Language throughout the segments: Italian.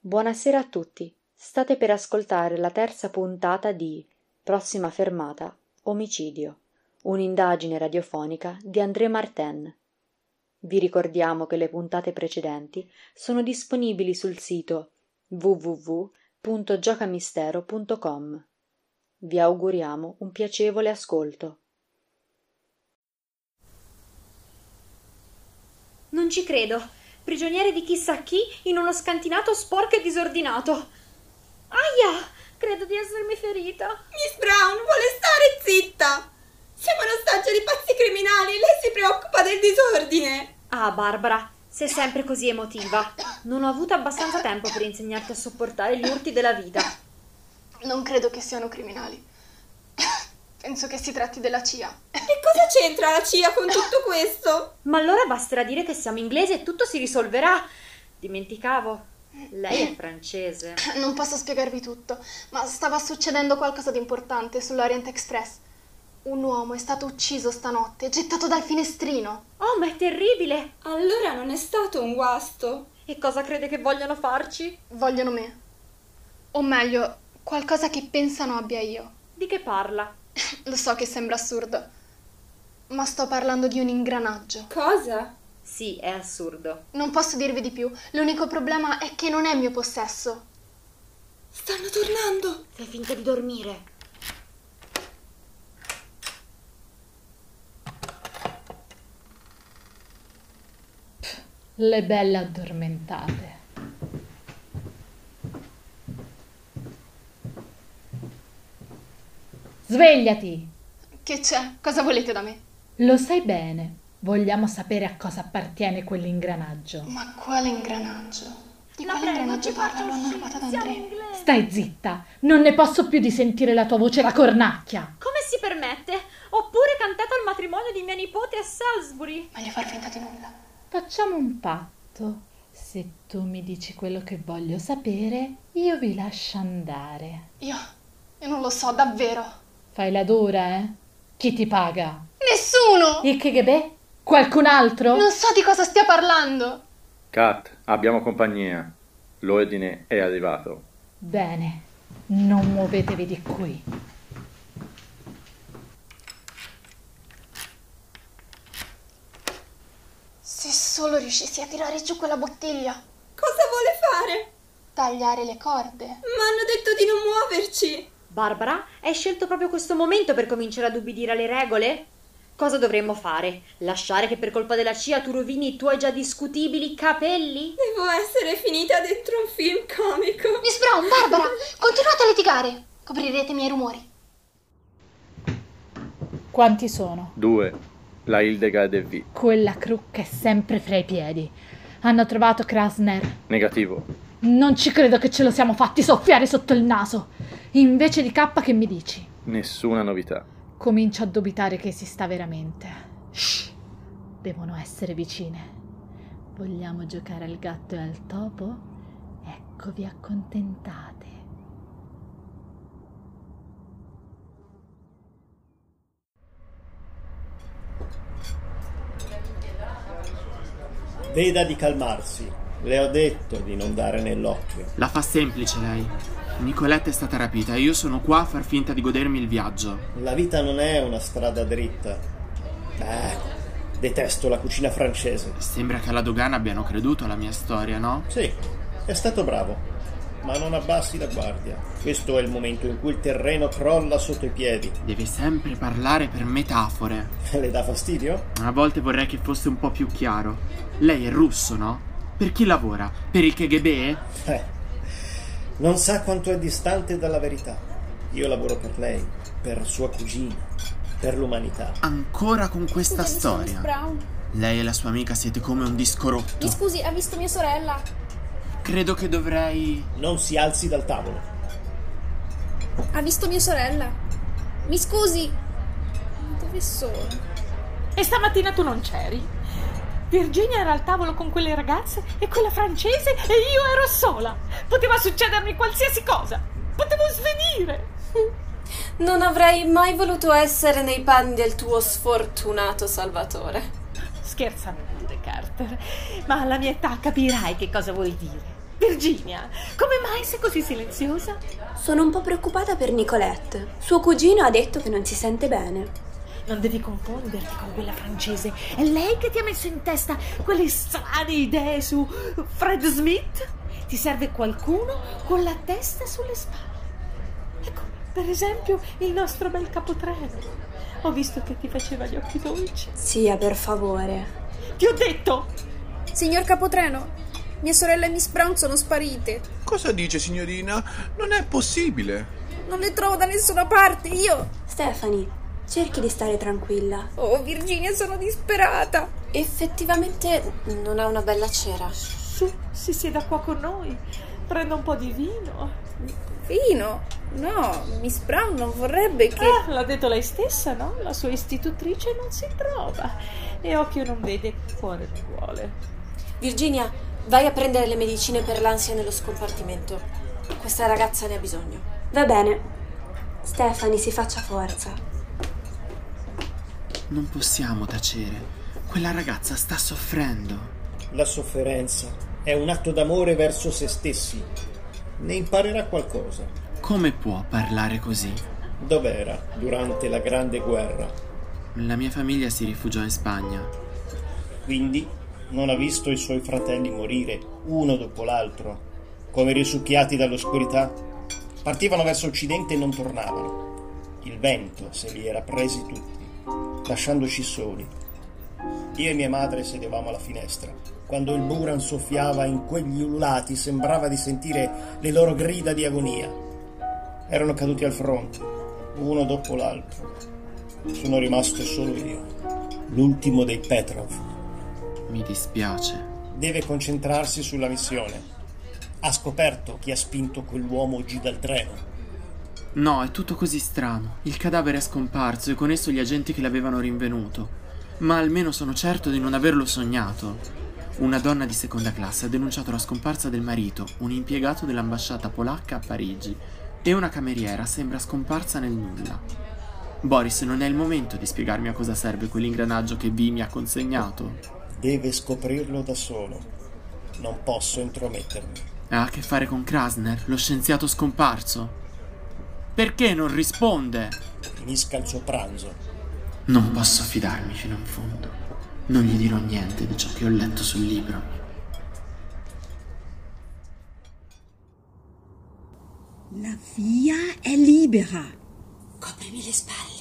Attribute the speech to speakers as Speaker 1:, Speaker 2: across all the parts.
Speaker 1: Buonasera a tutti. State per ascoltare la terza puntata di Prossima fermata Omicidio, un'indagine radiofonica di André Martin. Vi ricordiamo che le puntate precedenti sono disponibili sul sito www.giocamistero.com. Vi auguriamo un piacevole ascolto.
Speaker 2: Non ci credo. Prigioniere di chissà chi in uno scantinato sporco e disordinato. Aia! Credo di essermi ferita.
Speaker 3: Miss Brown vuole stare zitta! Siamo un ostaggio di pazzi criminali, lei si preoccupa del disordine!
Speaker 2: Ah, Barbara, sei sempre così emotiva. Non ho avuto abbastanza tempo per insegnarti a sopportare gli urti della vita.
Speaker 4: Non credo che siano criminali. Penso che si tratti della CIA.
Speaker 3: E cosa c'entra la CIA con tutto questo?
Speaker 2: Ma allora basterà dire che siamo inglesi e tutto si risolverà. Dimenticavo. Lei è francese.
Speaker 4: Non posso spiegarvi tutto, ma stava succedendo qualcosa di importante sull'Orient Express. Un uomo è stato ucciso stanotte, gettato dal finestrino.
Speaker 2: Oh, ma è terribile!
Speaker 3: Allora non è stato un guasto.
Speaker 2: E cosa crede che vogliano farci?
Speaker 4: Vogliono me. O meglio, qualcosa che pensano abbia io.
Speaker 2: Di che parla?
Speaker 4: Lo so che sembra assurdo, ma sto parlando di un ingranaggio.
Speaker 3: Cosa?
Speaker 2: Sì, è assurdo.
Speaker 4: Non posso dirvi di più, l'unico problema è che non è mio possesso.
Speaker 3: Stanno tornando!
Speaker 2: Fai finta di dormire.
Speaker 5: Le belle addormentate. Svegliati!
Speaker 4: Che c'è? Cosa volete da me?
Speaker 5: Lo sai bene. Vogliamo sapere a cosa appartiene quell'ingranaggio.
Speaker 4: Ma quale ingranaggio? Di quale ingranaggio parla l'hanno rubata da Andrea?
Speaker 5: Stai zitta! Non ne posso più di sentire la tua voce da cornacchia!
Speaker 2: Come si permette? Oppure cantato al matrimonio di mia nipote a Salisbury.
Speaker 4: Meglio far finta di nulla.
Speaker 5: Facciamo un patto. Se tu mi dici quello che voglio sapere, io vi lascio andare.
Speaker 4: Io... io non lo so, davvero.
Speaker 5: Fai la dura, eh? Chi ti paga?
Speaker 4: Nessuno!
Speaker 5: Il KGB? Qualcun altro?
Speaker 4: Non so di cosa stia parlando.
Speaker 6: Kat, abbiamo compagnia. L'ordine è arrivato.
Speaker 5: Bene, non muovetevi di qui.
Speaker 4: Se solo riuscissi a tirare giù quella bottiglia,
Speaker 3: Cosa vuole fare?
Speaker 4: tagliare le corde.
Speaker 3: Ma hanno detto di non muoverci!
Speaker 2: Barbara, hai scelto proprio questo momento per cominciare ad ubbidire alle regole? Cosa dovremmo fare? Lasciare che per colpa della CIA tu rovini i tuoi già discutibili capelli?
Speaker 3: Devo essere finita dentro un film comico!
Speaker 4: Miss Brown, Barbara, continuate a litigare. Coprirete i miei rumori.
Speaker 5: Quanti sono?
Speaker 6: 2. La Hildegard V.
Speaker 5: Quella crocca è sempre fra i piedi. Hanno trovato Krasner.
Speaker 6: Negativo.
Speaker 5: Non ci credo che ce lo siamo fatti soffiare sotto il naso. Invece di K che mi dici?
Speaker 6: Nessuna novità.
Speaker 5: Comincio a dubitare che esista veramente. Shh! Devono essere vicine. Vogliamo giocare al gatto e al topo? Ecco, vi accontentate.
Speaker 7: Veda di calmarsi. Le ho detto di non dare nell'occhio.
Speaker 8: La fa semplice lei. Nicoletta è stata rapita e io sono qua a far finta di godermi il viaggio.
Speaker 7: La vita non è una strada dritta. Ah, detesto la cucina francese.
Speaker 8: Sembra che alla dogana abbiano creduto alla mia storia, no?
Speaker 7: Sì, è stato bravo. Ma non abbassi la guardia. Questo è il momento in cui il terreno crolla sotto i piedi.
Speaker 8: Deve sempre parlare per metafore.
Speaker 7: Le dà fastidio?
Speaker 8: A volte vorrei che fosse un po' più chiaro. Lei è russo, no? Per chi lavora? Per il KGB?
Speaker 7: Eh, non sa quanto è distante dalla verità. Io lavoro per lei, per sua cugina, per l'umanità.
Speaker 8: Ancora con questa
Speaker 9: Scusi, Miss
Speaker 8: storia.
Speaker 9: Brown.
Speaker 8: Lei e la sua amica siete come un disco
Speaker 9: Mi
Speaker 8: rotto.
Speaker 9: scusi, ha visto mia sorella?
Speaker 8: Credo che dovrei...
Speaker 7: Non si alzi dal tavolo.
Speaker 9: Ha visto mia sorella? Mi scusi. Ma Dove sono?
Speaker 10: E stamattina tu non c'eri. Virginia era al tavolo con quelle ragazze e quella francese e io ero sola. Poteva succedermi qualsiasi cosa. Potevo svenire.
Speaker 11: Non avrei mai voluto essere nei panni del tuo sfortunato salvatore.
Speaker 10: Scherzamente, Carter. Ma alla mia età capirai che cosa vuol dire. Virginia, come mai sei così silenziosa?
Speaker 12: Sono un po' preoccupata per Nicolette. Suo cugino ha detto che non si sente bene.
Speaker 10: Non devi confonderti con quella francese. È lei che ti ha messo in testa quelle strane idee su Fred Smith? Ti serve qualcuno con la testa sulle spalle. Ecco, per esempio, il nostro bel capotreno. Ho visto che ti faceva gli occhi dolci.
Speaker 12: Sia, per favore.
Speaker 10: Ti ho detto!
Speaker 9: Signor Capotreno, mia sorella e Miss Brown sono sparite.
Speaker 13: Cosa dice, signorina? Non è possibile.
Speaker 9: Non le trovo da nessuna parte, io!
Speaker 12: Stephanie, cerchi di stare tranquilla.
Speaker 9: Oh, Virginia, sono disperata!
Speaker 11: Effettivamente non ha una bella cera.
Speaker 10: Su, si sieda qua con noi. Prenda un po' di vino.
Speaker 9: Vino? No, Miss Brown non vorrebbe che...
Speaker 10: Ah, l'ha detto lei stessa, no? La sua istitutrice non si trova. E occhio non vede, cuore non vuole.
Speaker 11: Virginia, vai a prendere le medicine per l'ansia nello scompartimento. Questa ragazza ne ha bisogno.
Speaker 12: Va bene. Stephanie, si faccia forza.
Speaker 8: Non possiamo tacere. Quella ragazza sta soffrendo.
Speaker 7: La sofferenza è un atto d'amore verso se stessi. Ne imparerà qualcosa.
Speaker 8: Come può parlare così?
Speaker 7: Dov'era durante la Grande Guerra?
Speaker 8: La mia famiglia si rifugiò in Spagna.
Speaker 7: Quindi non ha visto i suoi fratelli morire uno dopo l'altro, come risucchiati dall'oscurità. Partivano verso occidente e non tornavano. Il vento se li era presi tutti, lasciandoci soli. Io e mia madre sedevamo alla finestra. Quando il Buran soffiava in quegli ululati sembrava di sentire le loro grida di agonia. Erano caduti al fronte, uno dopo l'altro. Sono rimasto solo io, l'ultimo dei Petrov.
Speaker 8: Mi dispiace.
Speaker 7: Deve concentrarsi sulla missione. Ha scoperto chi ha spinto quell'uomo giù dal treno.
Speaker 8: No, è tutto così strano. Il cadavere è scomparso e con esso gli agenti che l'avevano rinvenuto. Ma almeno sono certo di non averlo sognato. Una donna di seconda classe ha denunciato la scomparsa del marito, un impiegato dell'ambasciata polacca a Parigi e una cameriera sembra scomparsa nel nulla. Boris, non è il momento di spiegarmi a cosa serve quell'ingranaggio che Vi mi ha consegnato.
Speaker 7: Deve scoprirlo da solo. Non posso intromettermi.
Speaker 8: Ha a che fare con Krasner, lo scienziato scomparso. Perché non risponde?
Speaker 7: Finisca il suo pranzo.
Speaker 8: Non posso fidarmi fino in fondo. Non gli dirò niente di ciò che ho letto sul libro.
Speaker 14: La via è libera.
Speaker 11: Coprimi le spalle.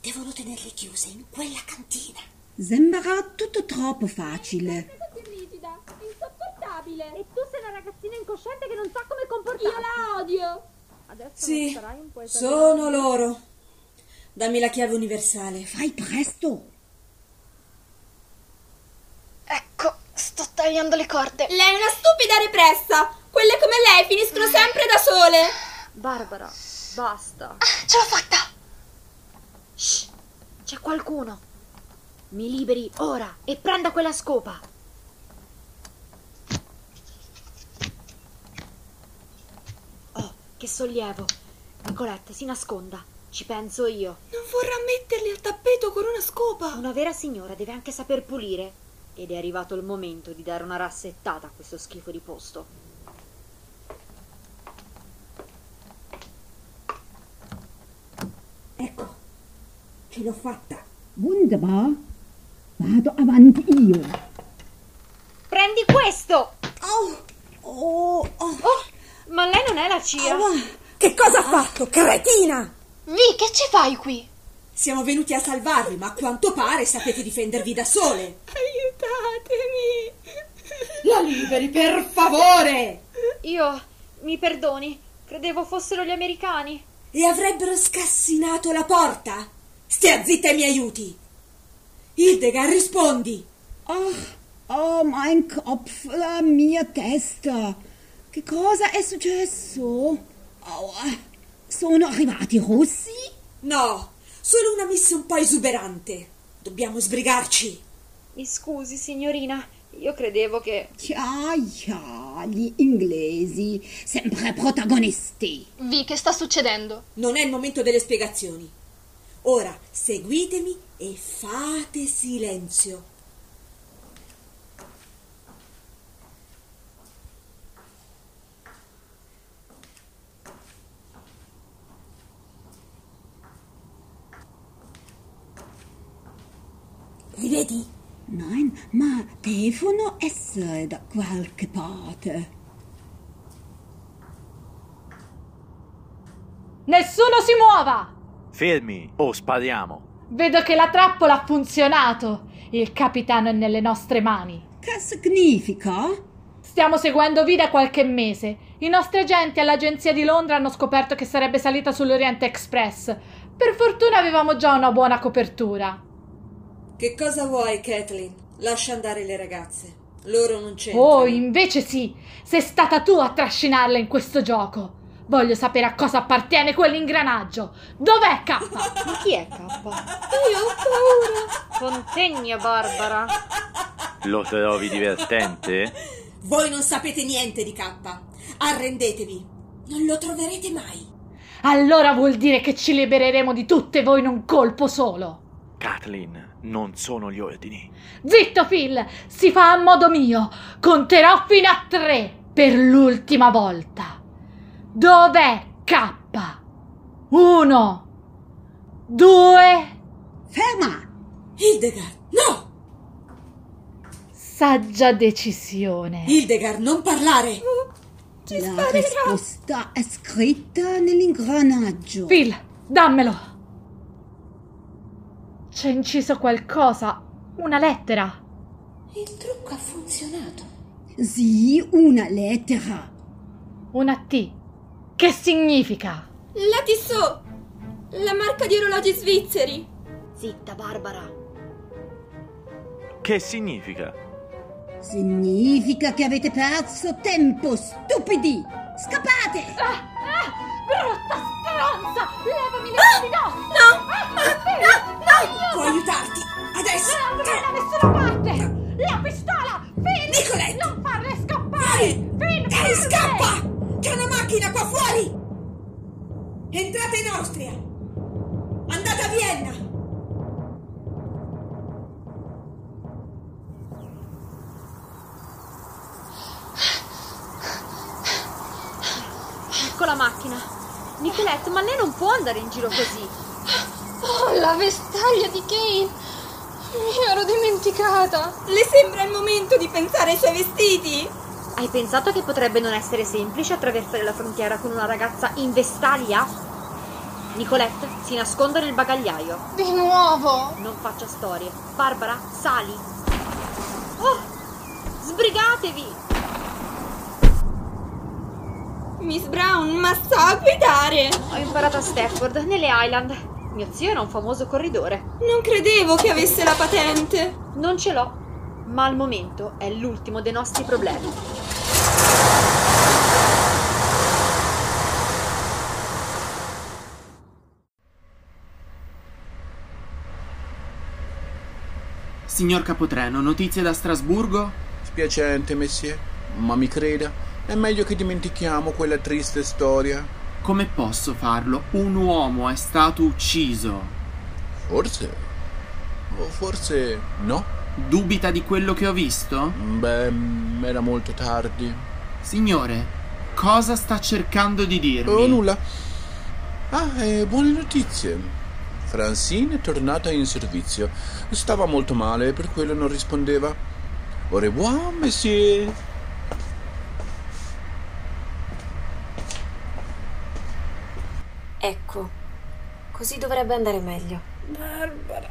Speaker 11: Devono tenerle chiuse in quella cantina.
Speaker 14: Sembra tutto troppo facile.
Speaker 15: rigida, insopportabile. E tu sei una ragazzina incosciente che non sa come comportarsi. Io la odio. Adesso non
Speaker 12: Sì,
Speaker 15: sarai un po'
Speaker 12: sono loro. Dammi la chiave universale.
Speaker 14: Fai presto.
Speaker 4: Ecco, sto tagliando le corde.
Speaker 3: Lei è una stupida repressa. Quelle come lei finiscono
Speaker 2: Mm.
Speaker 3: sempre da sole.
Speaker 1: Barbara, basta.
Speaker 2: Ah,
Speaker 4: Ce l'ho fatta!
Speaker 1: Shh, c'è qualcuno. Mi liberi ora e prenda quella scopa. Oh, che sollievo. Nicolette, si nasconda. Ci penso io.
Speaker 3: Non vorrà metterli al tappeto con una scopa.
Speaker 1: Una vera signora deve anche saper pulire. Ed è arrivato il momento di dare una rassettata a questo schifo di posto.
Speaker 14: Ecco, ce l'ho fatta. Wunderbar. Vado avanti io.
Speaker 2: Prendi questo!
Speaker 14: Oh, oh, oh.
Speaker 2: Ma lei non è la CIA.
Speaker 12: Oh,
Speaker 14: Che cosa ha fatto, cretina?
Speaker 4: Vi, che ci fai qui?
Speaker 12: Siamo venuti a salvarvi, ma a quanto pare sapete difendervi da sole.
Speaker 14: Aiutatemi. La liberi, per favore.
Speaker 2: Io, mi perdoni, credevo fossero gli americani.
Speaker 12: E avrebbero scassinato la porta. Stia zitta e mi aiuti. Hildegard, rispondi.
Speaker 14: Ach, oh mein Kopf, la mia testa. Che cosa è successo? Aua. Sono arrivati rossi?
Speaker 12: No, solo una messa un po' esuberante. Dobbiamo sbrigarci.
Speaker 2: Mi scusi, signorina, io credevo che.
Speaker 14: Ya, ya, gli inglesi, sempre protagonisti.
Speaker 4: Vi, che sta succedendo?
Speaker 12: Non è il momento delle spiegazioni. Ora seguitemi e fate silenzio. Li vedi?
Speaker 14: Nein, ma devono essere da qualche parte.
Speaker 5: Nessuno si muova!
Speaker 16: Fermi o spariamo.
Speaker 5: Vedo che la trappola ha funzionato. Il capitano è nelle nostre mani.
Speaker 14: Che significa?
Speaker 5: Stiamo seguendo Vi da qualche mese. I nostri agenti all'agenzia di Londra hanno scoperto che sarebbe salita sull'Oriente Express. Per fortuna avevamo già una buona copertura.
Speaker 12: Che cosa vuoi, Kathleen? Lascia andare le ragazze. Loro non c'entrano.
Speaker 5: Oh, invece sì! Sei stata tu a trascinarla in questo gioco. Voglio sapere a cosa appartiene quell'ingranaggio. Dov'è K?
Speaker 2: Ma chi è K? Io ho
Speaker 15: paura. Contegna, Barbara.
Speaker 16: Lo trovi divertente?
Speaker 12: Voi non sapete niente di K. Arrendetevi. Non lo troverete mai.
Speaker 5: Allora vuol dire che ci libereremo di tutte voi in un colpo solo.
Speaker 16: Kathleen, non sono gli ordini.
Speaker 5: Zitto, Phil! Si fa a modo mio. Conterò fino a tre per l'ultima volta. Dov'è K? Uno, due.
Speaker 14: Ferma!
Speaker 12: Hildegard, no!
Speaker 5: Saggia decisione.
Speaker 12: Hildegard, non parlare!
Speaker 14: Ci La risposta è scritta nell'ingranaggio.
Speaker 5: Phil, dammelo. C'è inciso qualcosa, una lettera.
Speaker 12: Il trucco ha funzionato.
Speaker 14: Sì, una lettera.
Speaker 5: Una T. Che significa?
Speaker 3: La Tissot! La marca di orologi svizzeri!
Speaker 2: Zitta, Barbara!
Speaker 16: Che significa?
Speaker 14: Significa che avete perso tempo, stupidi! Scappate!
Speaker 15: Ah, ah, brutta stronza! Levami le mani ah,
Speaker 12: No! No! No! no. Può aiutarti! Adesso!
Speaker 15: Non andrò da nessuna parte! La pistola! Finn!
Speaker 12: Nicolette!
Speaker 15: Non farle scappare! Finn!
Speaker 12: Dai, scappa! C'è una macchina qua fuori! Entrate in Austria! Andate a Vienna!
Speaker 2: Ecco la macchina. Nicolette, ma lei non può andare in giro così.
Speaker 9: Oh, la vestaglia di Kane! Mi ero dimenticata!
Speaker 3: Le sembra il momento di pensare ai suoi vestiti?
Speaker 2: Hai pensato che potrebbe non essere semplice attraversare la frontiera con una ragazza in vestaglia? Nicolette si nasconde nel bagagliaio.
Speaker 9: Di nuovo!
Speaker 2: Non faccia storie. Barbara, sali. Oh! Sbrigatevi!
Speaker 3: Miss Brown, ma sa guidare!
Speaker 2: Ho imparato a Stafford, nelle Highland. Mio zio era un famoso corridore.
Speaker 3: Non credevo che avesse la patente.
Speaker 2: Non ce l'ho, ma al momento è l'ultimo dei nostri problemi.
Speaker 8: Signor Capotreno, notizie da Strasburgo?
Speaker 13: Spiacente, messie, ma mi creda, è meglio che dimentichiamo quella triste storia.
Speaker 8: Come posso farlo? Un uomo è stato ucciso.
Speaker 13: Forse. O forse no.
Speaker 8: Dubita di quello che ho visto?
Speaker 13: Beh, era molto tardi.
Speaker 8: Signore, cosa sta cercando di dirmi?
Speaker 13: Oh, nulla. Ah, eh, buone notizie. Francine è tornata in servizio. Stava molto male, per quello non rispondeva. Au revoir, monsieur.
Speaker 11: Ecco, così dovrebbe andare meglio.
Speaker 9: Barbara.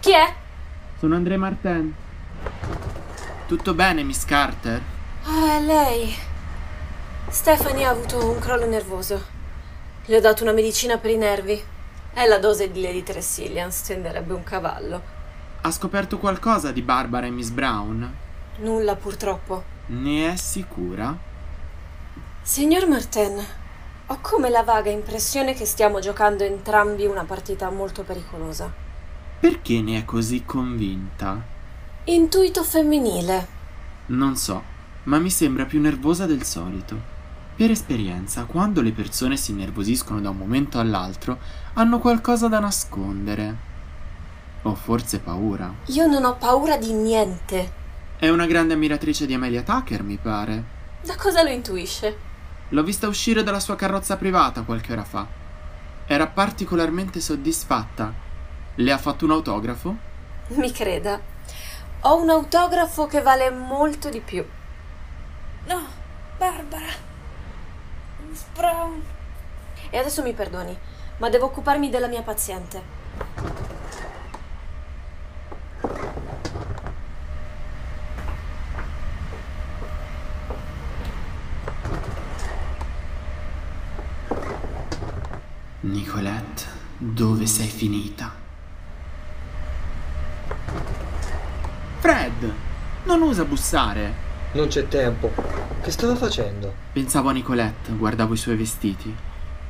Speaker 11: Chi è?
Speaker 8: Sono André Martin. Tutto bene, Miss Carter?
Speaker 11: Ah, è lei. Stephanie ha avuto un crollo nervoso. Le ho dato una medicina per i nervi. È la dose di Lady Tressilian, stenderebbe un cavallo.
Speaker 8: Ha scoperto qualcosa di Barbara e Miss Brown?
Speaker 11: Nulla, purtroppo.
Speaker 8: Ne è sicura?
Speaker 11: Signor Martin, ho come la vaga impressione che stiamo giocando entrambi una partita molto pericolosa.
Speaker 8: Perché ne è così convinta?
Speaker 11: Intuito femminile.
Speaker 8: Non so, ma mi sembra più nervosa del solito. Per esperienza, quando le persone si innervosiscono da un momento all'altro, hanno qualcosa da nascondere. O forse paura.
Speaker 11: Io non ho paura di niente.
Speaker 8: È una grande ammiratrice di Amelia Tucker, mi pare.
Speaker 11: Da cosa lo intuisce?
Speaker 8: L'ho vista uscire dalla sua carrozza privata qualche ora fa. Era particolarmente soddisfatta. Le ha fatto un autografo?
Speaker 11: Mi creda. Ho un autografo che vale molto di più.
Speaker 9: No, Barbara. Miss Brown.
Speaker 11: E adesso mi perdoni, ma devo occuparmi della mia paziente.
Speaker 8: Nicolette, dove sei finita? Fred, non usa bussare.
Speaker 17: Non c'è tempo. Che stava facendo?
Speaker 8: Pensavo a Nicolette, guardavo i suoi vestiti.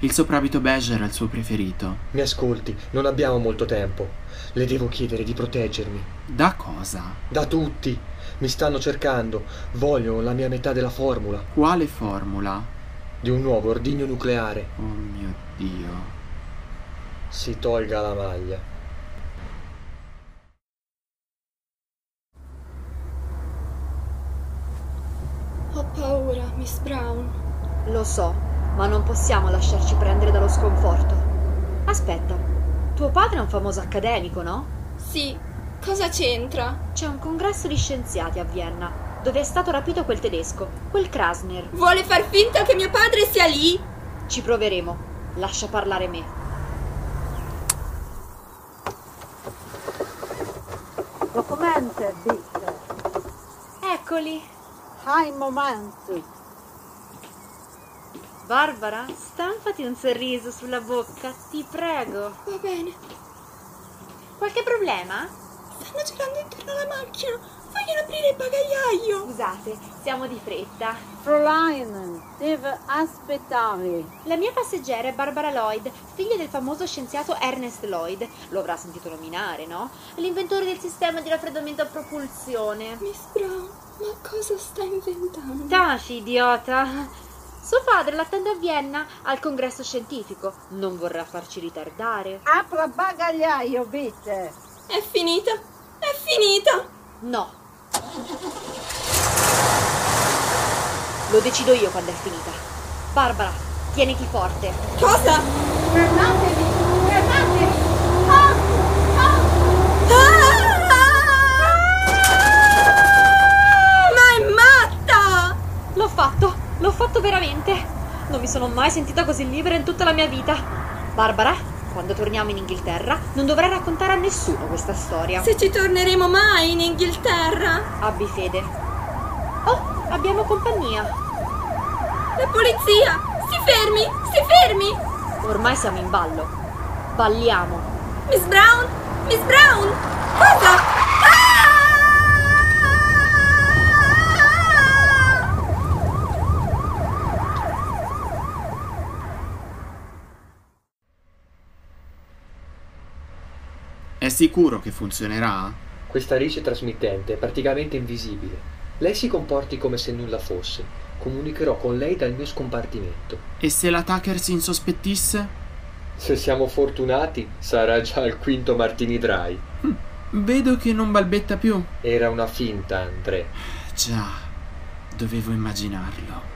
Speaker 8: Il soprabito beige era il suo preferito.
Speaker 17: Mi ascolti, non abbiamo molto tempo. Le devo chiedere di proteggermi.
Speaker 8: Da cosa?
Speaker 17: Da tutti. Mi stanno cercando. Vogliono la mia metà della formula.
Speaker 8: Quale formula?
Speaker 17: Di un nuovo ordigno nucleare.
Speaker 8: Oh mio Dio.
Speaker 17: Si tolga la maglia.
Speaker 4: Ho paura, Miss Brown.
Speaker 2: Lo so, ma non possiamo lasciarci prendere dallo sconforto. Aspetta, tuo padre è un famoso accademico, no?
Speaker 4: Sì, cosa c'entra?
Speaker 2: C'è un congresso di scienziati a Vienna, dove è stato rapito quel tedesco, quel Krasner.
Speaker 3: Vuole far finta che mio padre sia lì?
Speaker 2: Ci proveremo. Lascia parlare me.
Speaker 18: Dokumente, bitte.
Speaker 2: Eccoli.
Speaker 18: Ein Moment.
Speaker 2: Barbara, stampati un sorriso sulla bocca, ti prego.
Speaker 3: Va bene.
Speaker 2: Qualche problema?
Speaker 3: Stanno girando intorno alla macchina. Vogliono aprire il bagagliaio.
Speaker 2: Scusate, siamo di fretta.
Speaker 18: Fräulein, deve aspettare.
Speaker 2: La mia passeggera è Barbara Lloyd, figlia del famoso scienziato Ernest Lloyd. Lo avrà sentito nominare, no? L'inventore del sistema di raffreddamento a propulsione.
Speaker 3: Miss Brown, ma cosa sta inventando?
Speaker 2: Taci, idiota. Suo padre l'attende a Vienna al congresso scientifico. Non vorrà farci ritardare.
Speaker 18: Apra bagagliaio, bitte.
Speaker 3: È finita? È finita!
Speaker 2: No. Lo decido io quando è finita. Barbara, tieniti forte.
Speaker 3: Cosa?
Speaker 18: Fermatevi! Fermatevi!
Speaker 3: Ah! Ma è matta!
Speaker 2: L'ho fatto, l'ho fatto veramente. Non mi sono mai sentita così libera in tutta la mia vita. Barbara, quando torniamo in Inghilterra, non dovrai raccontare a nessuno questa storia.
Speaker 3: Se ci torneremo mai in Inghilterra?
Speaker 2: Abbi fede. Oh, abbiamo compagnia.
Speaker 3: La polizia! Si fermi! Si fermi!
Speaker 2: Ormai siamo in ballo. Balliamo.
Speaker 3: Miss Brown! Miss Brown! Cosa? Ah!
Speaker 8: È sicuro che funzionerà?
Speaker 17: Questa rice trasmittente è praticamente invisibile. Lei si comporti come se nulla fosse. Comunicherò con lei dal mio scompartimento.
Speaker 8: E se la Tucker si insospettisse?
Speaker 17: Se siamo fortunati, sarà già il quinto Martini Dry.
Speaker 8: Hm, Vedo che non balbetta più.
Speaker 17: Era una finta, André.
Speaker 8: Già, dovevo immaginarlo.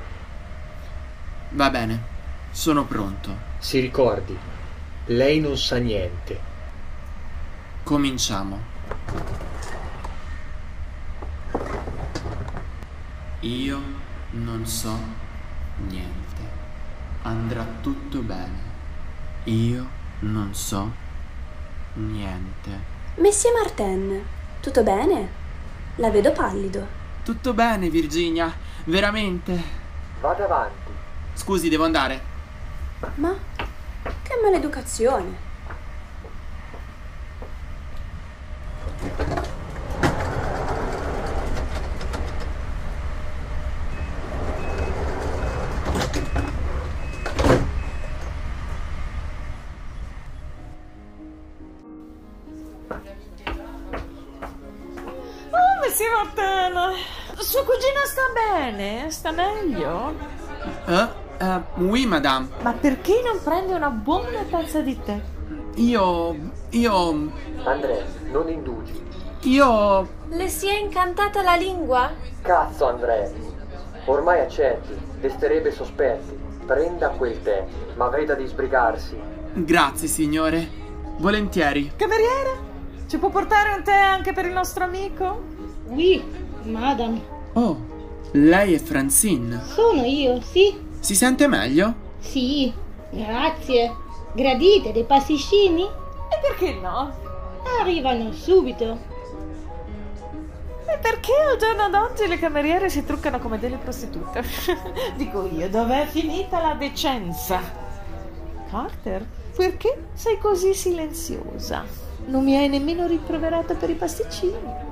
Speaker 8: Va bene, sono pronto.
Speaker 17: Si ricordi, lei non sa niente.
Speaker 8: Cominciamo. Io non so niente. Andrà tutto bene. Io non so niente.
Speaker 19: Messie Martin, tutto bene? La vedo pallido.
Speaker 8: Tutto bene, Virginia. Veramente.
Speaker 17: Vada avanti.
Speaker 8: Scusi, devo andare.
Speaker 19: Ma che maleducazione.
Speaker 10: Oh, Sua cugina sta bene? Sta meglio?
Speaker 8: Eh? Eh, oui, madame.
Speaker 10: Ma perché non prende una buona tazza di tè?
Speaker 8: Io. io.
Speaker 17: Andrea, non indugi.
Speaker 8: io.
Speaker 11: Le si è incantata la lingua?
Speaker 17: Cazzo, Andrea. Ormai accetti, desterebbe sospetti. Prenda quel tè, ma veda di sbrigarsi.
Speaker 8: Grazie, signore. Volentieri.
Speaker 10: Cameriere? Ci può portare un tè anche per il nostro amico?
Speaker 20: Oui, madame.
Speaker 8: Oh, lei è Francine.
Speaker 20: Sono io, sì.
Speaker 8: Si sente meglio?
Speaker 20: Sì, grazie. Gradite dei pasticcini?
Speaker 10: E perché no?
Speaker 20: Arrivano subito.
Speaker 10: E perché al giorno d'oggi le cameriere si truccano come delle prostitute? Dico io, dov'è finita la decenza? Carter, perché sei così silenziosa? Non mi hai nemmeno riproverata per i pasticcini.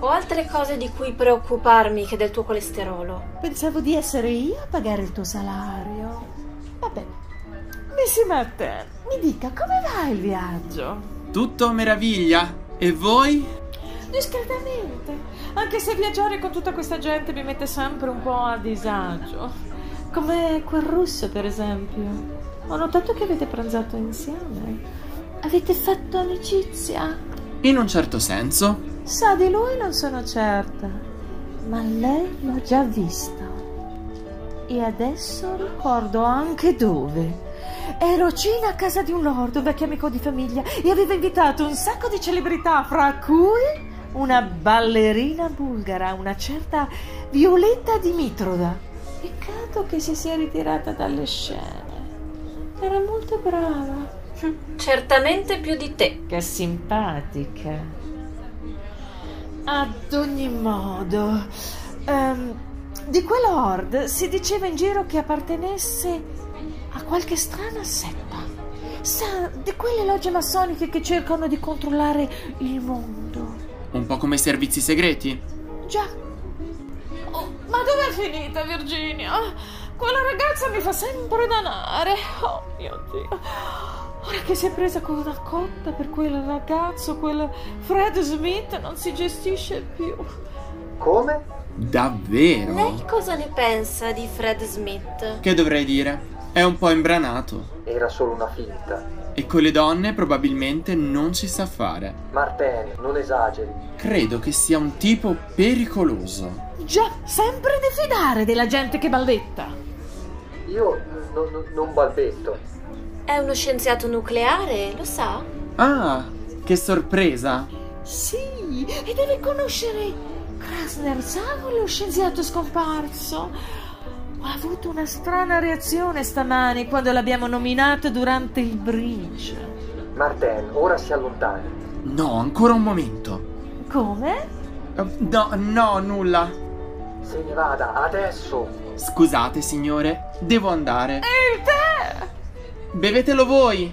Speaker 11: Ho altre cose di cui preoccuparmi che del tuo colesterolo.
Speaker 10: Pensavo di essere io a pagare il tuo salario. Vabbè, Missy Martin, mi dica come va il viaggio?
Speaker 8: Tutto meraviglia. E voi?
Speaker 10: Discretamente, anche se viaggiare con tutta questa gente mi mette sempre un po' a disagio. Come quel russo, per esempio. Ho notato che avete pranzato insieme. Avete fatto amicizia?
Speaker 8: In un certo senso.
Speaker 10: Sa di lui non sono certa, ma lei l'ho già vista. E adesso ricordo anche dove. Ero a cena a casa di un lord, un vecchio amico di famiglia, e aveva invitato un sacco di celebrità, fra cui una ballerina bulgara, una certa Violetta Dimitrova. Peccato che si sia ritirata dalle scene. Era molto brava.
Speaker 11: Certamente più di te.
Speaker 10: Che simpatica. Ad ogni modo, ehm, di quella horde si diceva in giro che appartenesse a qualche strana setta. Sa, di quelle logge massoniche che cercano di controllare il mondo.
Speaker 8: Un po' come i servizi segreti.
Speaker 10: Già. Oh, ma dov'è finita Virginia? Quella ragazza mi fa sempre danare. Oh mio Dio. Ora che si è presa con una cotta per quel ragazzo, quel Fred Smith, non si gestisce più.
Speaker 17: Come?
Speaker 8: Davvero?
Speaker 11: Lei cosa ne pensa di Fred Smith?
Speaker 8: Che dovrei dire? È un po' imbranato.
Speaker 17: Era solo una finta.
Speaker 8: E con le donne probabilmente non ci sa fare.
Speaker 17: Martin, non esageri.
Speaker 8: Credo che sia un tipo pericoloso.
Speaker 10: Già, sempre diffidare della gente che balletta.
Speaker 17: Io no- no- non balbetto.
Speaker 11: È uno scienziato nucleare, lo sa?
Speaker 8: Ah, che sorpresa!
Speaker 10: Sì, e deve conoscere Krasner Savo, lo scienziato scomparso. Ho avuto una strana reazione stamani quando l'abbiamo nominato durante il bridge.
Speaker 17: Martin, ora si allontani.
Speaker 8: No, ancora un momento.
Speaker 10: Come?
Speaker 8: Eh, No, no, nulla.
Speaker 17: Se ne vada, adesso.
Speaker 8: Scusate, signore, devo andare.
Speaker 10: E il tè!
Speaker 8: Bevetelo voi.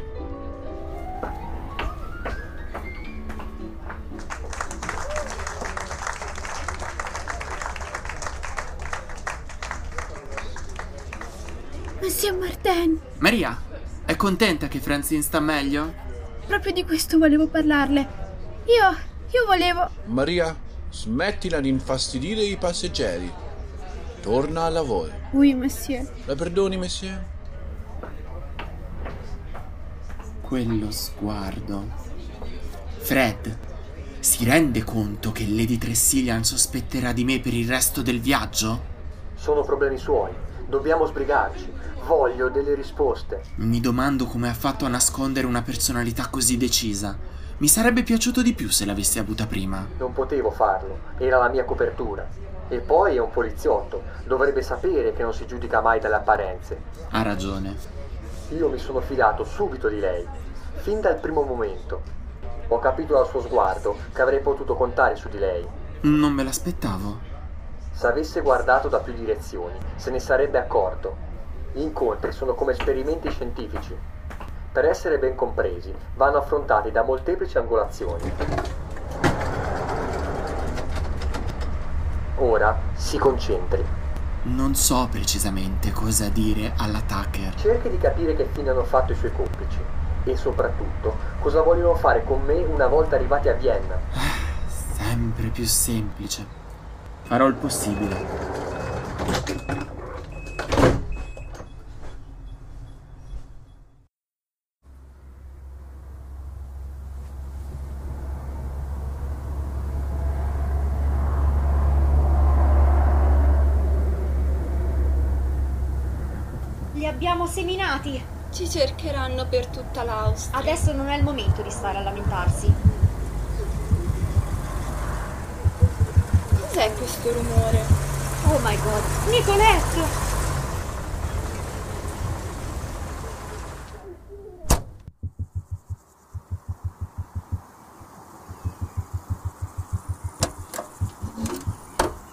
Speaker 19: Monsieur Martin,
Speaker 8: Maria, è contenta che Francine sta meglio?
Speaker 19: proprio di questo volevo parlarle. Io, io volevo...
Speaker 13: Maria, smettila di infastidire i passeggeri. Torna al lavoro.
Speaker 19: Oui, monsieur.
Speaker 13: La perdoni, monsieur?
Speaker 8: Quello sguardo. Fred, si rende conto che Lady Tressilian sospetterà di me per il resto del viaggio?
Speaker 17: Sono problemi suoi. Dobbiamo sbrigarci. Voglio delle risposte.
Speaker 8: Mi domando come ha fatto a nascondere una personalità così decisa. Mi sarebbe piaciuto di più se l'avessi avuta prima.
Speaker 17: Non potevo farlo, era la mia copertura. E poi è un poliziotto, dovrebbe sapere che non si giudica mai dalle apparenze.
Speaker 8: Ha ragione.
Speaker 17: Io mi sono fidato subito di lei, fin dal primo momento. Ho capito dal suo sguardo che avrei potuto contare su di lei.
Speaker 8: Non me l'aspettavo.
Speaker 17: Se avesse guardato da più direzioni, se ne sarebbe accorto. Gli incontri sono come esperimenti scientifici. Per essere ben compresi, vanno affrontati da molteplici angolazioni. Ora si concentri.
Speaker 8: Non so precisamente cosa dire alla Tucker.
Speaker 17: Cerchi di capire che fine hanno fatto i suoi complici e soprattutto cosa vogliono fare con me una volta arrivati a Vienna.
Speaker 8: Sempre più semplice. Farò il possibile.
Speaker 2: abbiamo seminati.
Speaker 3: Ci cercheranno per tutta l'Austria.
Speaker 2: Adesso non è il momento di stare a lamentarsi.
Speaker 3: Cos'è questo rumore?
Speaker 2: Oh my god, Nicolette!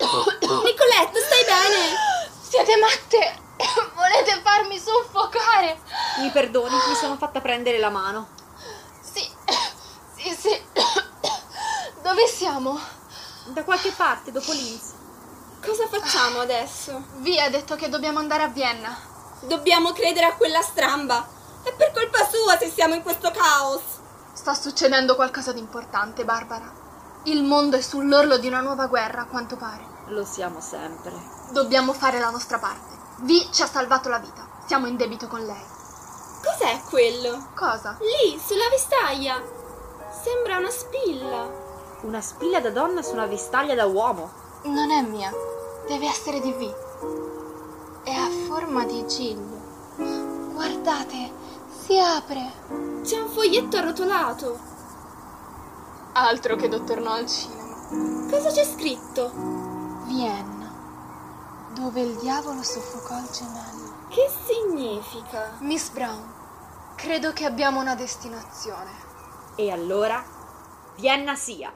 Speaker 3: Nicolette, stai bene?
Speaker 4: Siete matte! Volete farmi soffocare!
Speaker 2: Mi perdoni, mi sono fatta prendere la mano.
Speaker 4: Sì, sì, sì. Dove siamo?
Speaker 2: Da qualche parte, dopo Linz.
Speaker 3: Cosa facciamo adesso?
Speaker 4: Vi ha detto che dobbiamo andare a Vienna.
Speaker 3: Dobbiamo credere a quella stramba. È per colpa sua se siamo in questo caos.
Speaker 4: Sta succedendo qualcosa di importante, Barbara. Il mondo è sull'orlo di una nuova guerra, a quanto pare.
Speaker 2: Lo siamo sempre.
Speaker 4: Dobbiamo fare la nostra parte. Vi ci ha salvato la vita. Siamo in debito con lei.
Speaker 3: Cos'è quello?
Speaker 4: Cosa?
Speaker 3: Lì, sulla vestaglia. Sembra una spilla.
Speaker 2: Una spilla da donna su una vestaglia da uomo.
Speaker 4: Non è mia. Deve essere di V. È a forma di giglio. Guardate, si apre.
Speaker 3: C'è un foglietto arrotolato.
Speaker 4: Altro che dottor No al cinema.
Speaker 3: Cosa c'è scritto?
Speaker 4: Vienna, dove il diavolo soffocò il gemello.
Speaker 3: Che significa?
Speaker 4: Miss Brown, credo che abbiamo una destinazione.
Speaker 2: E allora, Vienna sia.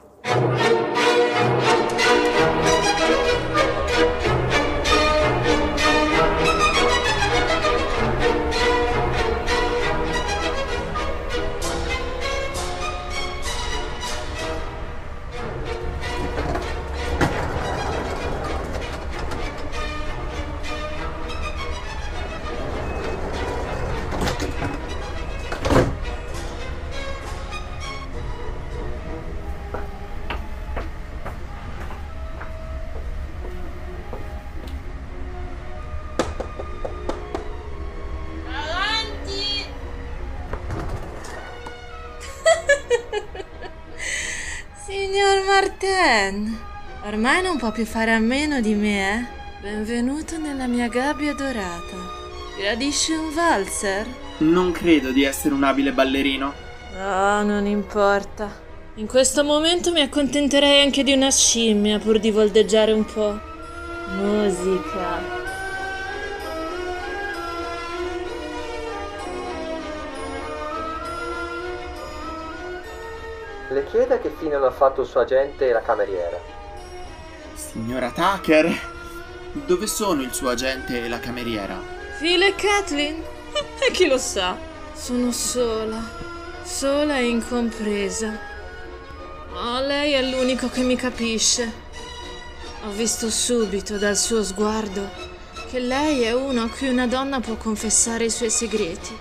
Speaker 18: Avanti!
Speaker 21: Signor Martin, ormai non può più fare a meno di me, eh? Benvenuto nella mia gabbia dorata. Gradisci un valzer?
Speaker 8: Non credo di essere un abile ballerino.
Speaker 21: Oh, non importa. In questo momento mi accontenterei anche di una scimmia pur di voldeggiare un po'. Musica.
Speaker 17: Le chieda che fine hanno fatto il suo agente e la cameriera.
Speaker 8: Signora Tucker, dove sono il suo agente e la cameriera?
Speaker 21: Phil e Kathleen? E chi lo sa? Sono sola, sola e incompresa. Ma lei è l'unico che mi capisce. Ho visto subito dal suo sguardo che lei è uno a cui una donna può confessare i suoi segreti,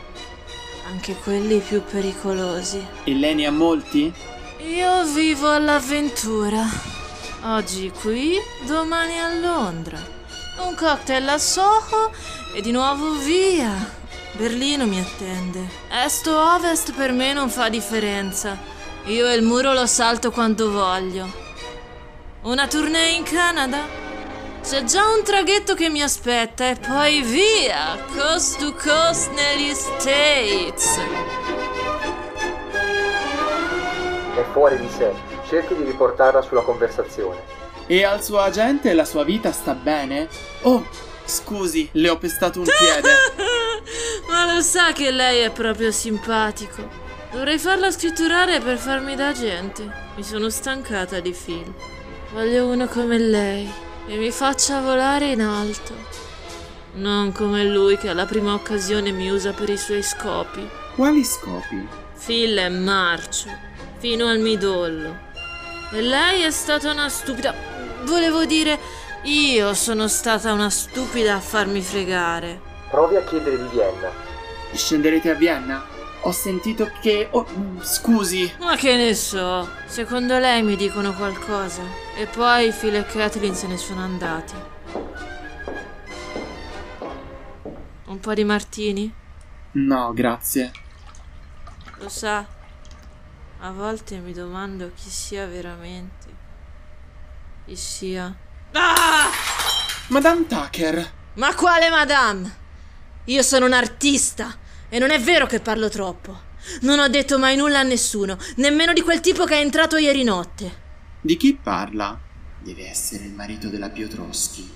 Speaker 21: anche quelli più pericolosi.
Speaker 8: E lei ne ha molti?
Speaker 21: Io vivo all'avventura. Oggi qui, domani a Londra. Un cocktail a Soho e di nuovo via. Berlino mi attende. Est o ovest per me non fa differenza. Io il muro lo salto quando voglio. Una tournée in Canada? C'è già un traghetto che mi aspetta e poi via! Coast to coast negli States!
Speaker 17: È fuori di sé. Cerchi di riportarla sulla conversazione.
Speaker 8: E al suo agente la sua vita sta bene? Oh, scusi, le ho pestato un piede.
Speaker 21: Ma lo sa che lei è proprio simpatico. Dovrei farla scritturare per farmi da agente. Mi sono stancata di film. Voglio uno come lei, che mi faccia volare in alto. Non come lui che alla prima occasione mi usa per i suoi scopi.
Speaker 8: Quali scopi?
Speaker 21: Phil è marcio, fino al midollo. E lei è stata una stupida... Volevo dire, io sono stata una stupida a farmi fregare.
Speaker 17: Provi a chiedere di Vienna.
Speaker 8: Scenderete a Vienna? Ho sentito che... Oh, scusi.
Speaker 21: Ma che ne so, secondo lei mi dicono qualcosa. E poi Phil e Kathleen se ne sono andati. Un po' di martini?
Speaker 8: No, grazie.
Speaker 21: Lo sa, a volte mi domando chi sia veramente. Chi sia. Ah!
Speaker 8: Madame Tucker,
Speaker 21: Ma quale madame? Io sono un artista e non è vero che parlo troppo. Non ho detto mai nulla a nessuno, nemmeno di quel tipo che è entrato ieri notte.
Speaker 8: Di chi parla? Deve essere il marito della Piotrowski.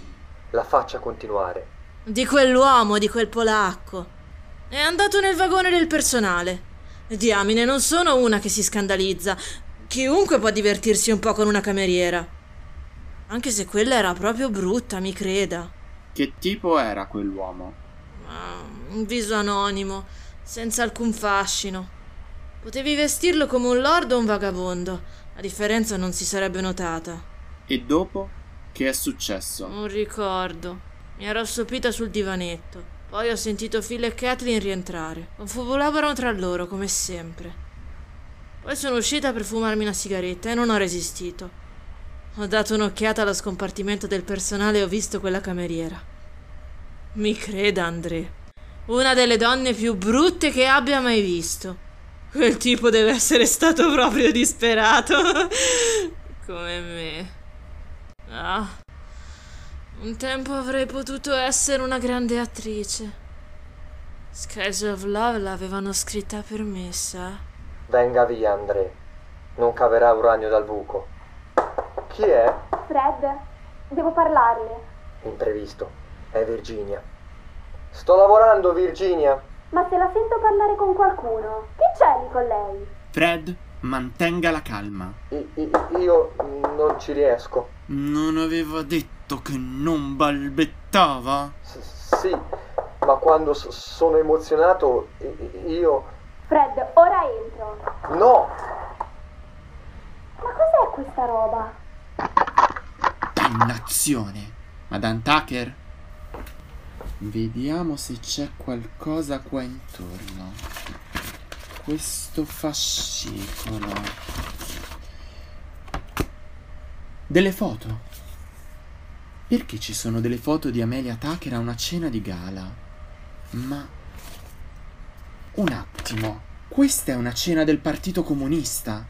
Speaker 17: La faccia continuare.
Speaker 21: Di quell'uomo, di quel polacco. È andato nel vagone del personale. Diamine, non sono una che si scandalizza. Chiunque può divertirsi un po' con una cameriera. Anche se quella era proprio brutta, mi creda.
Speaker 8: Che tipo era quell'uomo?
Speaker 21: Ah, un viso anonimo, senza alcun fascino. Potevi vestirlo come un lordo o un vagabondo. La differenza non si sarebbe notata.
Speaker 8: E dopo? Che è successo?
Speaker 21: Non ricordo. Mi ero assopita sul divanetto. Poi ho sentito Phil e Kathleen rientrare. Confabulavano tra loro, come sempre. Poi sono uscita per fumarmi una sigaretta e non ho resistito. Ho dato un'occhiata allo scompartimento del personale e ho visto quella cameriera. Mi creda, André. Una delle donne più brutte che abbia mai visto. Quel tipo deve essere stato proprio disperato. come me. Ah. Un tempo avrei potuto essere una grande attrice. Skies of Love l'avevano scritta per me, sa?
Speaker 17: Venga via, André. Non caverà uranio dal buco. Chi è?
Speaker 6: Fred, devo parlarle.
Speaker 17: Imprevisto. È Virginia. Sto lavorando, Virginia.
Speaker 6: Ma se la sento parlare con qualcuno, che c'è lì con lei?
Speaker 8: Fred, mantenga la calma.
Speaker 17: I- i- io non ci riesco.
Speaker 8: Non aveva detto che non balbettava?
Speaker 17: S- sì, ma quando s- sono emozionato, i- io...
Speaker 6: Fred, ora entro.
Speaker 17: No!
Speaker 6: Ma cos'è questa roba?
Speaker 8: Dannazione! Madame Tucker? Vediamo se c'è qualcosa qua intorno. Questo fascicolo. Delle foto. Perché ci sono delle foto di Amelia Tucker a una cena di gala? Ma... Un attimo. Questa è una cena del Partito Comunista.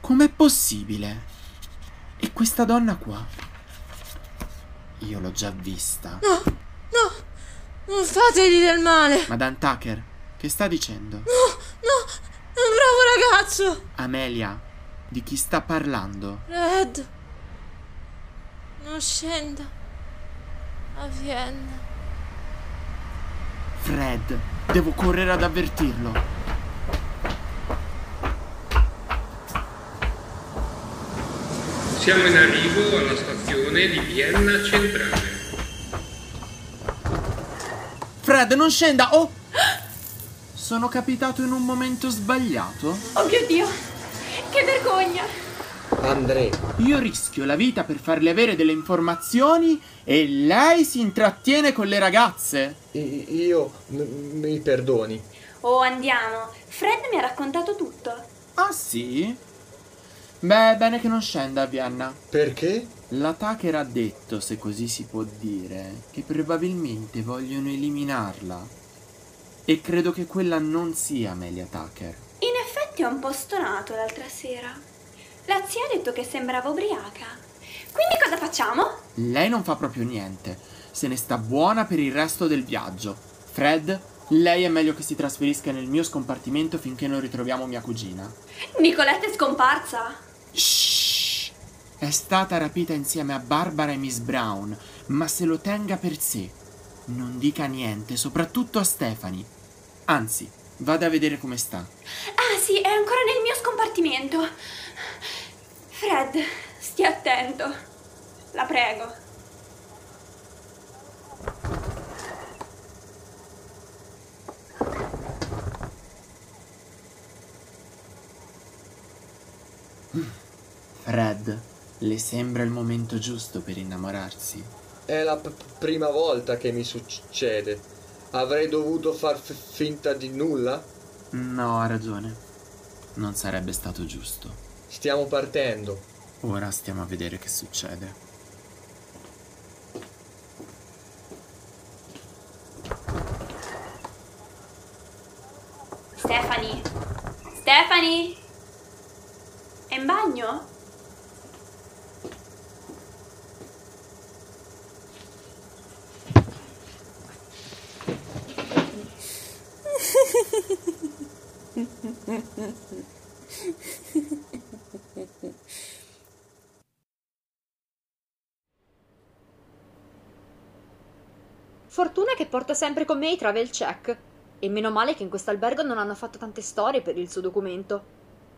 Speaker 8: Com'è possibile? E questa donna qua? Io l'ho già vista.
Speaker 21: No, no, non fategli del male.
Speaker 8: Madame Tucker, che sta dicendo?
Speaker 21: No, no, è un bravo ragazzo.
Speaker 8: Amelia, di chi sta parlando?
Speaker 21: Red, non scenda a Vienna.
Speaker 8: Fred, devo correre ad avvertirlo.
Speaker 22: Siamo in arrivo alla stazione di Vienna Centrale.
Speaker 8: Fred, non scenda! Oh! Sono capitato in un momento sbagliato?
Speaker 23: Oh mio Dio, che vergogna!
Speaker 17: André,
Speaker 8: Io rischio la vita per farle avere delle informazioni e lei si intrattiene con le ragazze.
Speaker 17: i- io m- mi perdoni.
Speaker 23: Oh, andiamo. Fred mi ha raccontato tutto.
Speaker 8: Ah sì? Beh, bene che non scenda a Vienna.
Speaker 17: Perché?
Speaker 8: La Tucker ha detto, se così si può dire, che probabilmente vogliono eliminarla. E credo che quella non sia Amelia Tucker.
Speaker 23: In effetti ho un po' stonato l'altra sera. La zia ha detto che sembrava ubriaca. Quindi cosa facciamo?
Speaker 8: Lei non fa proprio niente. Se ne sta buona per il resto del viaggio. Fred, lei è meglio che si trasferisca nel mio scompartimento finché non ritroviamo mia cugina.
Speaker 23: Nicoletta è scomparsa.
Speaker 8: È stata rapita insieme a Barbara e Miss Brown, ma se lo tenga per sé. Non dica niente, soprattutto a Stephanie. Anzi, vada a vedere come sta.
Speaker 23: Ah sì, è ancora nel mio scompartimento. Fred, stia attento. La prego.
Speaker 8: Fred, le sembra il momento giusto per innamorarsi?
Speaker 17: È la p- prima volta che mi succede. Avrei dovuto far f- finta di nulla?
Speaker 8: No, ha ragione. Non sarebbe stato giusto.
Speaker 17: Stiamo partendo.
Speaker 8: Ora stiamo a vedere che succede.
Speaker 23: Stephanie? Stephanie? È in bagno?
Speaker 2: Fortuna che porto sempre con me i travel check. E meno male che in quest'albergo non hanno fatto tante storie per il suo documento.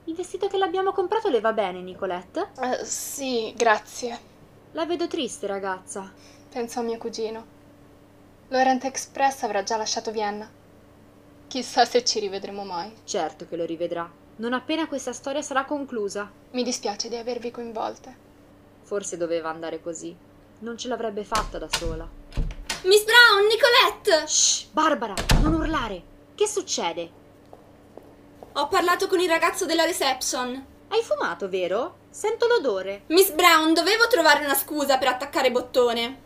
Speaker 2: Il vestito che l'abbiamo comprato le va bene, Nicolette?
Speaker 4: Eh, sì, grazie.
Speaker 2: La vedo triste, ragazza.
Speaker 4: Penso a mio cugino. L'Orient Express avrà già lasciato Vienna. Chissà se ci rivedremo mai.
Speaker 2: Certo che lo rivedrà, non appena questa storia sarà conclusa.
Speaker 4: Mi dispiace di avervi coinvolte.
Speaker 2: Forse doveva andare così. Non ce l'avrebbe fatta da sola.
Speaker 24: Miss Brown, Nicolette!
Speaker 2: Shh, Barbara, non urlare. Che succede?
Speaker 24: Ho parlato con il ragazzo della reception.
Speaker 2: Hai fumato, vero? Sento l'odore.
Speaker 24: Miss Brown, dovevo trovare una scusa per attaccare Bottone.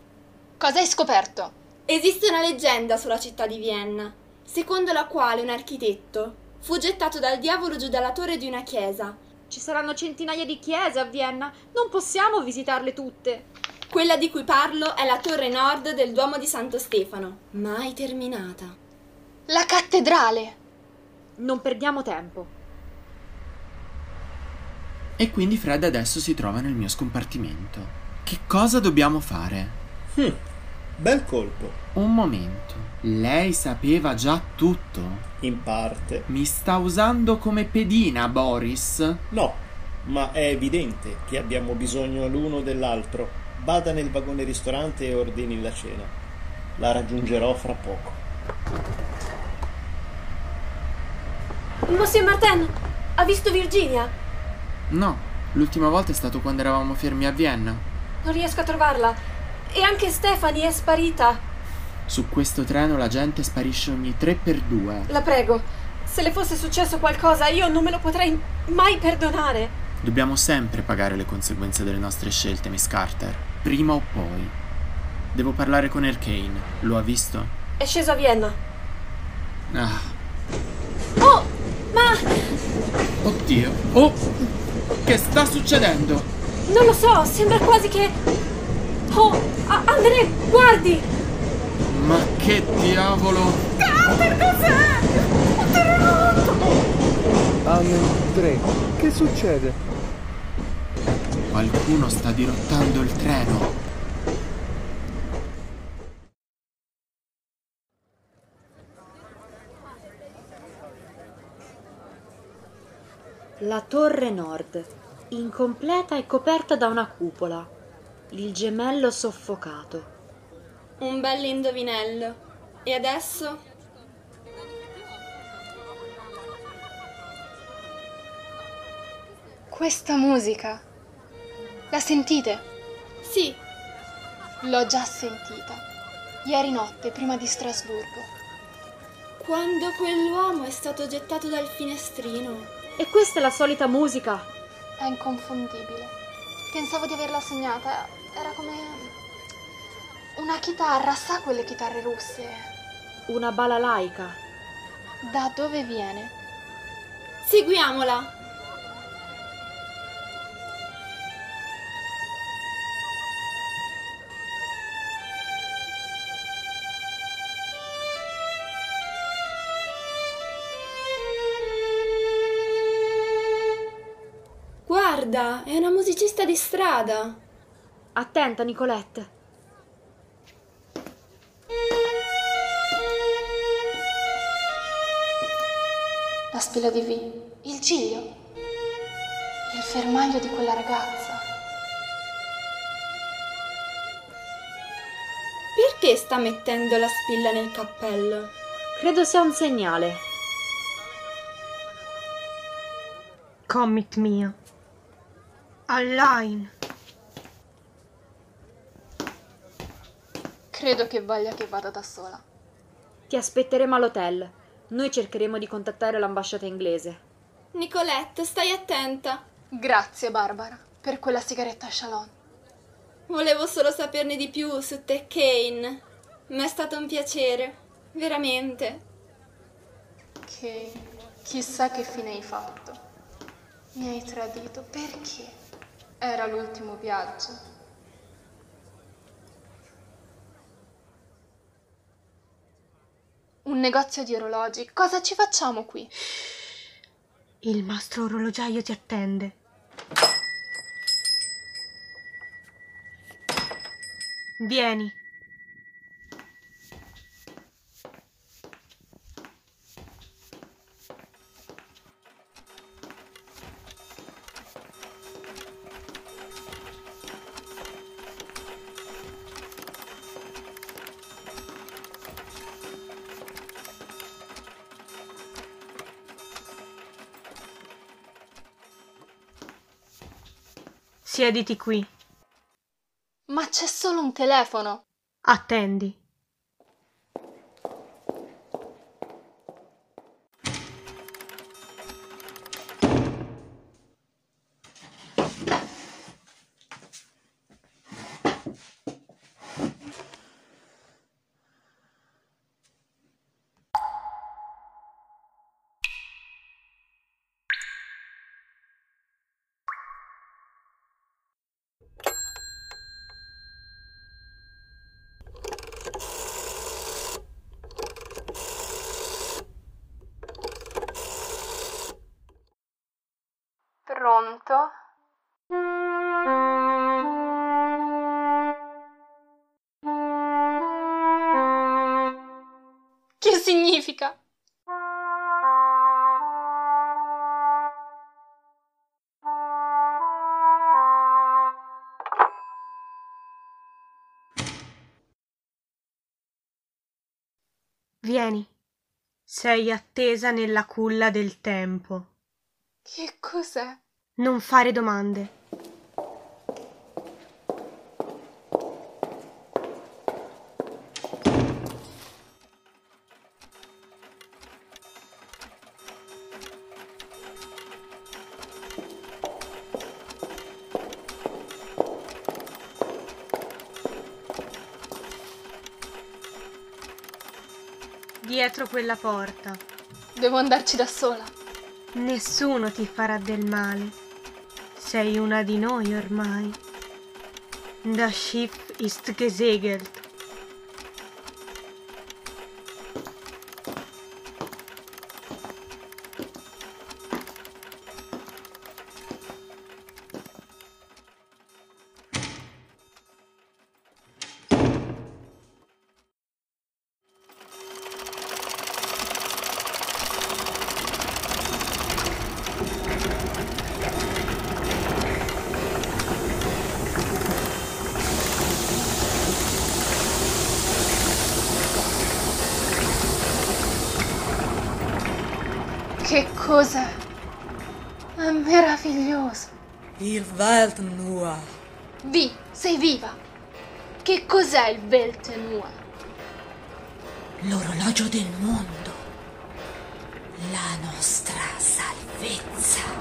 Speaker 4: Cosa hai scoperto?
Speaker 24: Esiste una leggenda sulla città di Vienna, secondo la quale un architetto fu gettato dal diavolo giù dalla torre di una chiesa.
Speaker 2: Ci saranno centinaia di chiese a Vienna, non possiamo visitarle tutte.
Speaker 24: Quella di cui parlo è la torre nord del Duomo di Santo Stefano, mai terminata.
Speaker 4: La cattedrale!
Speaker 2: Non perdiamo tempo.
Speaker 8: E quindi Fred adesso si trova nel mio scompartimento. Che cosa dobbiamo fare?
Speaker 7: Hm, bel colpo.
Speaker 8: Un momento. Lei sapeva già tutto?
Speaker 7: In parte.
Speaker 8: Mi sta usando come pedina, Boris?
Speaker 7: No, ma è evidente che abbiamo bisogno l'uno dell'altro. Vada nel vagone ristorante e ordini la cena. La raggiungerò fra poco.
Speaker 11: Monsieur Martin, ha visto Virginia?
Speaker 8: No, l'ultima volta è stato quando eravamo fermi a Vienna.
Speaker 11: Non riesco a trovarla. E anche Stefani è sparita.
Speaker 8: Su questo treno la gente sparisce ogni 3 per 2
Speaker 11: La prego, se le fosse successo qualcosa io non me lo potrei mai perdonare.
Speaker 8: Dobbiamo sempre pagare le conseguenze delle nostre scelte, Miss Carter. Prima o poi. Devo parlare con Erkane. Lo ha visto?
Speaker 11: È sceso a Vienna.
Speaker 8: Ah.
Speaker 11: Oh! Ma...
Speaker 8: Oddio. Oh! Che sta succedendo?
Speaker 11: Non lo so, sembra quasi che... Oh, a- Andrea, guardi!
Speaker 8: Ma che diavolo!
Speaker 7: Carter, cos'è? Un terremoto!
Speaker 17: Andre, che succede?
Speaker 8: Qualcuno sta dirottando il treno.
Speaker 2: La torre nord, incompleta e coperta da una cupola. Il gemello soffocato.
Speaker 24: Un bel indovinello. E adesso?
Speaker 4: Questa musica. La sentite?
Speaker 24: Sì,
Speaker 4: L'ho già sentita. Ieri notte, prima di Strasburgo.
Speaker 24: quando quell'uomo è stato gettato dal finestrino.
Speaker 2: E questa è la solita musica.
Speaker 4: È inconfondibile. Pensavo di averla segnata. Era come. Una chitarra, sa quelle chitarre russe?
Speaker 2: Una balalaica.
Speaker 4: Da dove viene?
Speaker 24: Seguiamola. Guarda, è una musicista di strada.
Speaker 2: Attenta, Nicolette.
Speaker 4: La spilla di V. Il ciglio. Il fermaglio di quella ragazza.
Speaker 24: Perché sta mettendo la spilla nel cappello?
Speaker 2: Credo sia un segnale.
Speaker 10: Commit mio. Online.
Speaker 4: Credo che voglia che vada da sola.
Speaker 2: Ti aspetteremo all'hotel. Noi cercheremo di contattare l'ambasciata inglese.
Speaker 24: Nicolette, stai attenta.
Speaker 4: Grazie, Barbara, per quella sigaretta a Shalon.
Speaker 24: Volevo solo saperne di più su te, Kane. Ma è stato un piacere, veramente.
Speaker 4: Che chissà che fine hai fatto. Mi hai tradito perché? Era l'ultimo viaggio. Un negozio di orologi, cosa ci facciamo qui?
Speaker 2: Il mastro orologiaio ti attende. Vieni. Siediti qui.
Speaker 4: Ma c'è solo un telefono.
Speaker 2: Attendi.
Speaker 4: Pronto? Che significa?
Speaker 2: Vieni. Sei attesa nella culla del tempo.
Speaker 4: Che cos'è?
Speaker 2: Non fare domande. Dietro quella porta.
Speaker 4: Devo andarci da sola.
Speaker 2: Nessuno ti farà del male. Sei una di noi ormai. Das Schiff ist gesegelt.
Speaker 4: Che cosa? È meraviglioso.
Speaker 5: Il Welt Noir.
Speaker 4: Vi, sei viva. Che cos'è il Welt Noir?
Speaker 5: L'orologio del mondo. La nostra salvezza.